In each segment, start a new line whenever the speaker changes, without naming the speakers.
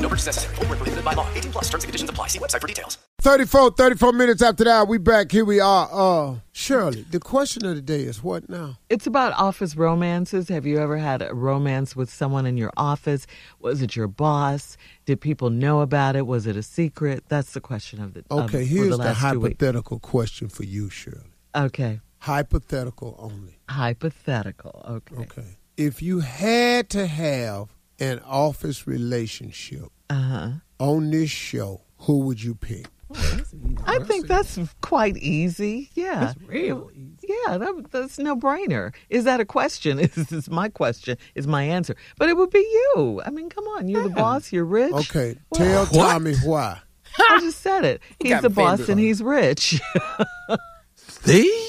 No purchase necessary. Void where prohibited by law. 18 plus terms and conditions apply. See website for details.
34, 34 minutes after that, we back. Here we are. Uh, Shirley, the question of the day is what now?
It's about office romances. Have you ever had a romance with someone in your office? Was it your boss? Did people know about it? Was it a secret? That's the question of the
Okay,
of- Um, for
here's the,
the, last two weeks.
hypothetical question for you, Shirley.
Okay,
Hypothetical only.
hypothetical. Okay,
Okay. If you had to have an office relationship
uh huh.
on this show, who would you pick?
I think that's quite easy. Yeah, that's real easy. Yeah, that, that's no brainer. Is that a question? Is this my question? Is my answer? But it would be you. I mean, come on, you're the boss. You're rich.
Okay, tell
Well,
Tommy why.
I just said it. He's the boss and he's rich.
See?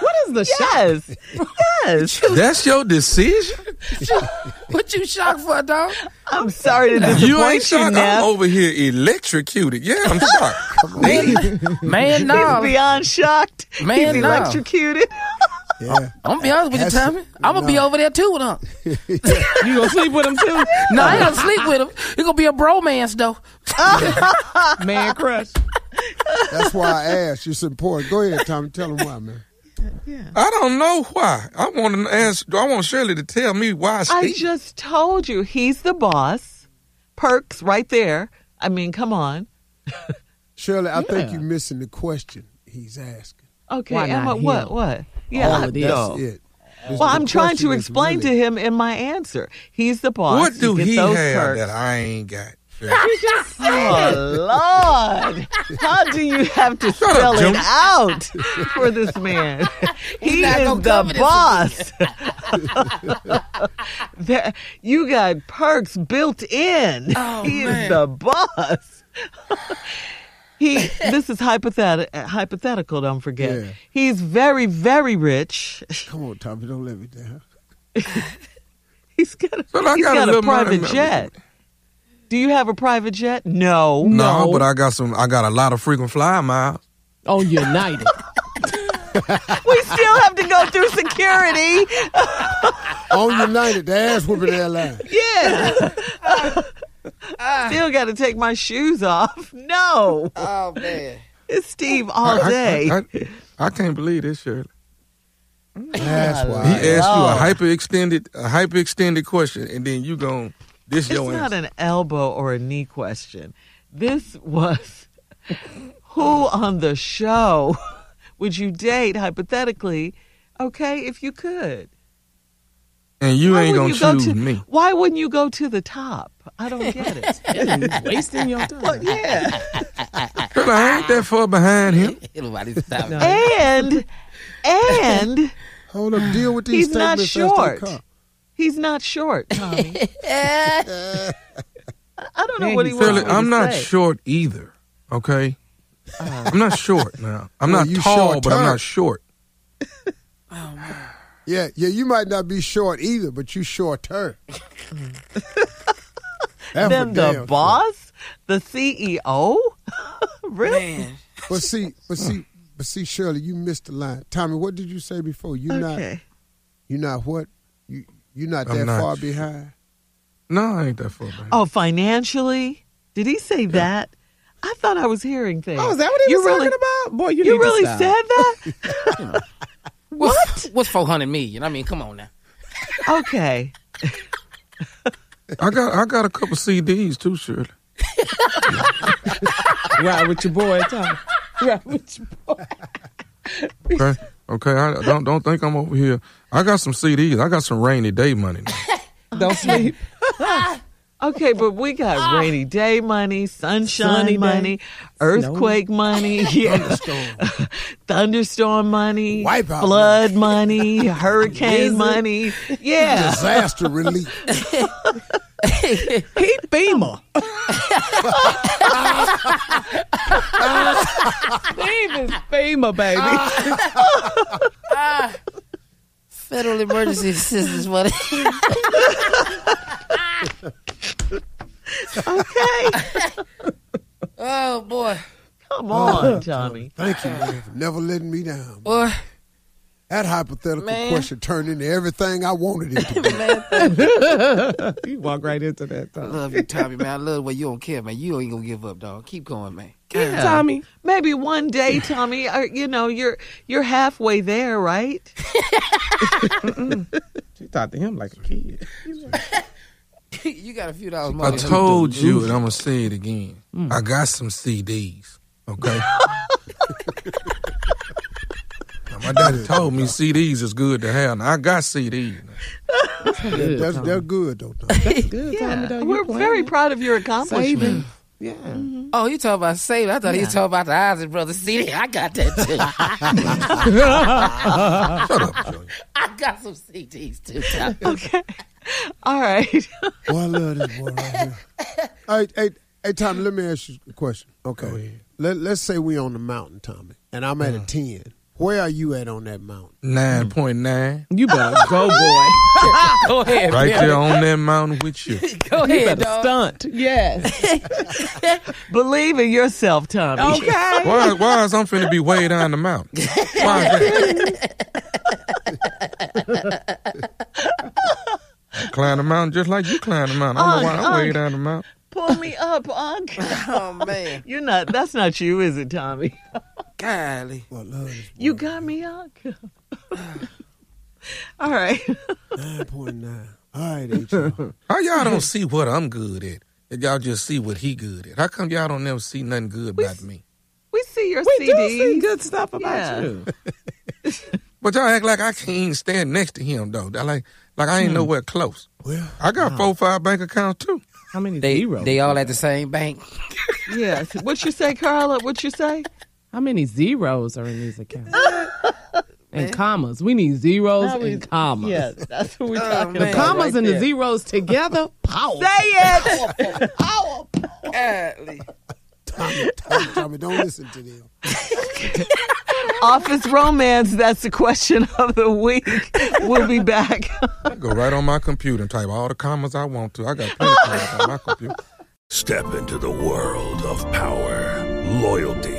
What is the yes? Yes.
That's your decision?
What you shocked for, dog?
I'm sorry to disappoint
You ain't
you,
shocked. Oh, I'm
Neff.
over here electrocuted. Yeah, I'm shocked.
Man,
oh.
He's
no.
beyond shocked.
Man,
he's
no.
electrocuted.
Yeah.
I'm gonna be honest with you,
That's-
Tommy. I'm gonna be
no.
over there too with him.
You gonna sleep with him too?
No, I ain't gonna sleep with him. It's gonna be a bromance though.
Man crush.
That's why I asked. It's important. Go ahead, Tommy. Tell him why, man.
I don't know why. I want to answer. I want Shirley to tell me why.
I
Steve.
just told you he's the boss. Perks right there. I mean, come on.
Shirley, I think you're missing the question he's asking.
Okay,
Why not
Emma,
him?
what? What? Yeah.
All
I-
of these.
That's
No.
it.
Well, I'm trying to explain to him in my answer. He's the boss.
what do
you get
he have
those perks.
that I ain't got?
Oh Lord! How do you have to
up,
spell it
Jim.
out for this man? He
not
is
gonna cover
the
this
boss. There- you got perks built in.
Oh,
he is the boss. he. This is hypothet- hypothetical. Don't forget.
Yeah.
He's very, very rich.
Come on, Tommy. Don't let me down.
He's got a,
Well, I
he's
got a
got a,
little money,
private
man.
jet. Do you have a private jet? No.
No, but I got some. I got a lot of frequent flyer miles.
On United.
We still have to go through security.
On United, the ass whooping airline.
Yeah. still got to take my shoes off. No.
Oh man.
It's Steve all
I- I-
day.
I, I can't believe this, Shirley.
That's
He
why.
asked you a hyper extended, a hyper extended question, and then you gon' this
it's
your
not
answer.
an elbow or a knee question. This was who on the show would you date hypothetically? Okay, if you could.
and you ain't gonna
wouldn't you go
choose
to-
me.
Why wouldn't you go to the top? I don't get it.
Wasting your time.
yeah.
Shirley, I ain't that far behind him.
Nobody stop.
And and
Hold up. Deal with these
he's not
statements as
short.
they come.
He's not short, Tommy. I I don't know what he wants
Shirley,
me to
I'm not
say.
short either. Okay, I'm not short now. I'm
Well,
not
you
tall, but I'm
short-term.
not short.
Yeah, yeah. You might not be short either, but you short term. That's
Then
for
the
damn sure.
boss, the CEO, really?
But see, but see, but see, Shirley, you missed the line. Tommy, what did you say before? You not,
okay.
you not what? You you not
I'm
that
not
far
sure.
behind.
No, I ain't that far behind.
Oh, financially? Did he say that? I thought I was hearing things.
Oh, is that what he
you
was
really,
talking about? Boy,
You
you, need to
really
stop.
said that?
What's, what's 400 million? I mean, come on now.
Okay.
I got I got a couple CDs too, Shirley.
Right with your boy, Tom. Right with your boy.
Okay, okay. I don't don't think I'm over here. I got some CDs. I got some rainy day money. Now.
Don't sleep.
Okay, but we got rainy day money, sunshine
Sunny day,
money, earthquake money, yeah. thunderstorm. money,
Wipeout
flood money, hurricane money. Yeah.
Disaster relief.
Pete Beamer. Name is Beamer, baby.
Federal Emergency Assistance Money.
Okay.
oh boy,
Come on, Tommy.
Thank you, man, for never letting me down.
boy,
That hypothetical
Man.
question turned into everything I wanted it to be.
You walk right into that,
I
Tommy.
love you, Tommy man. I love why you don't care, man. You ain't gonna give up, dog. Keep going, man.
Yeah.
Tommy.
Maybe one day, Tommy. uh, You know, you're you're halfway there, right?
She talked to him like a kid.
you got a few dollars more.
I told you, and I'm gonna say it Hmm. again. I got some CDs. Okay. Now, my daddy told me CDs is good to have. Now, I got CDs.
That- That's, they're good though. Tommy.
Good, Tommy,
Yeah.
though.
We're
You playing.
very proud of your accomplishment.
saving. Yeah.
Oh, you talking about saving? I thought he was talking about the Isaac Brothers CD. I got that too.
Shut up, Joey.
I got some CDs too. Tommy.
Okay. All right.
Boy, I love this boy right here. hey, hey, hey, Tommy, let me ask you a question. Okay. Let, let's say we on the mountain, Tommy, and I'm at a 10. Where are you at on that mountain?
Nine point nine,
You better go, boy.
Go ahead,
right
Bill.
there on that mountain with you.
Go
You
ahead,
better
dog.
stunt. Yes.
Believe in yourself, Tommy.
Okay.
Why? Why is I'm finna be way down the mountain? Why is that? I climb the mountain just like you climb the mountain. I don't know why I'm way down the mountain.
Pull me up, Unc.
Oh man,
You're not. That's not you, is it, Tommy?
golly.
Boy, I love this
You got me, Unc. All right.
9.9. All right, HR.
How y'all don't see what I'm good at? If y'all just see what he good at. How come y'all don't never see nothing good about me?
We see your
We do see
CD.
good stuff about
Yeah.
you.
But y'all act like I can't even stand next to him though. I like like I ain't nowhere close.
Well,
I got four five bank accounts too.
How many
They
zeros?
they all at the same bank.
Yes. What you say, Carla? What you say?
How many zeros are in these accounts? and commas. We need zeros
Now we-
and commas.
Yes, that's what we're talking
man.
about.
Commas
right
and the
there.
zeros together. Power.
Say it.
Golly.
Tommy, Tommy, Tommy, don't listen to them.
Office romance. That's the question of the week. We'll be back.
I go right on my computer and type all the commas I want to. I got plenty of commas on my computer.
Step into the world of power, loyalty,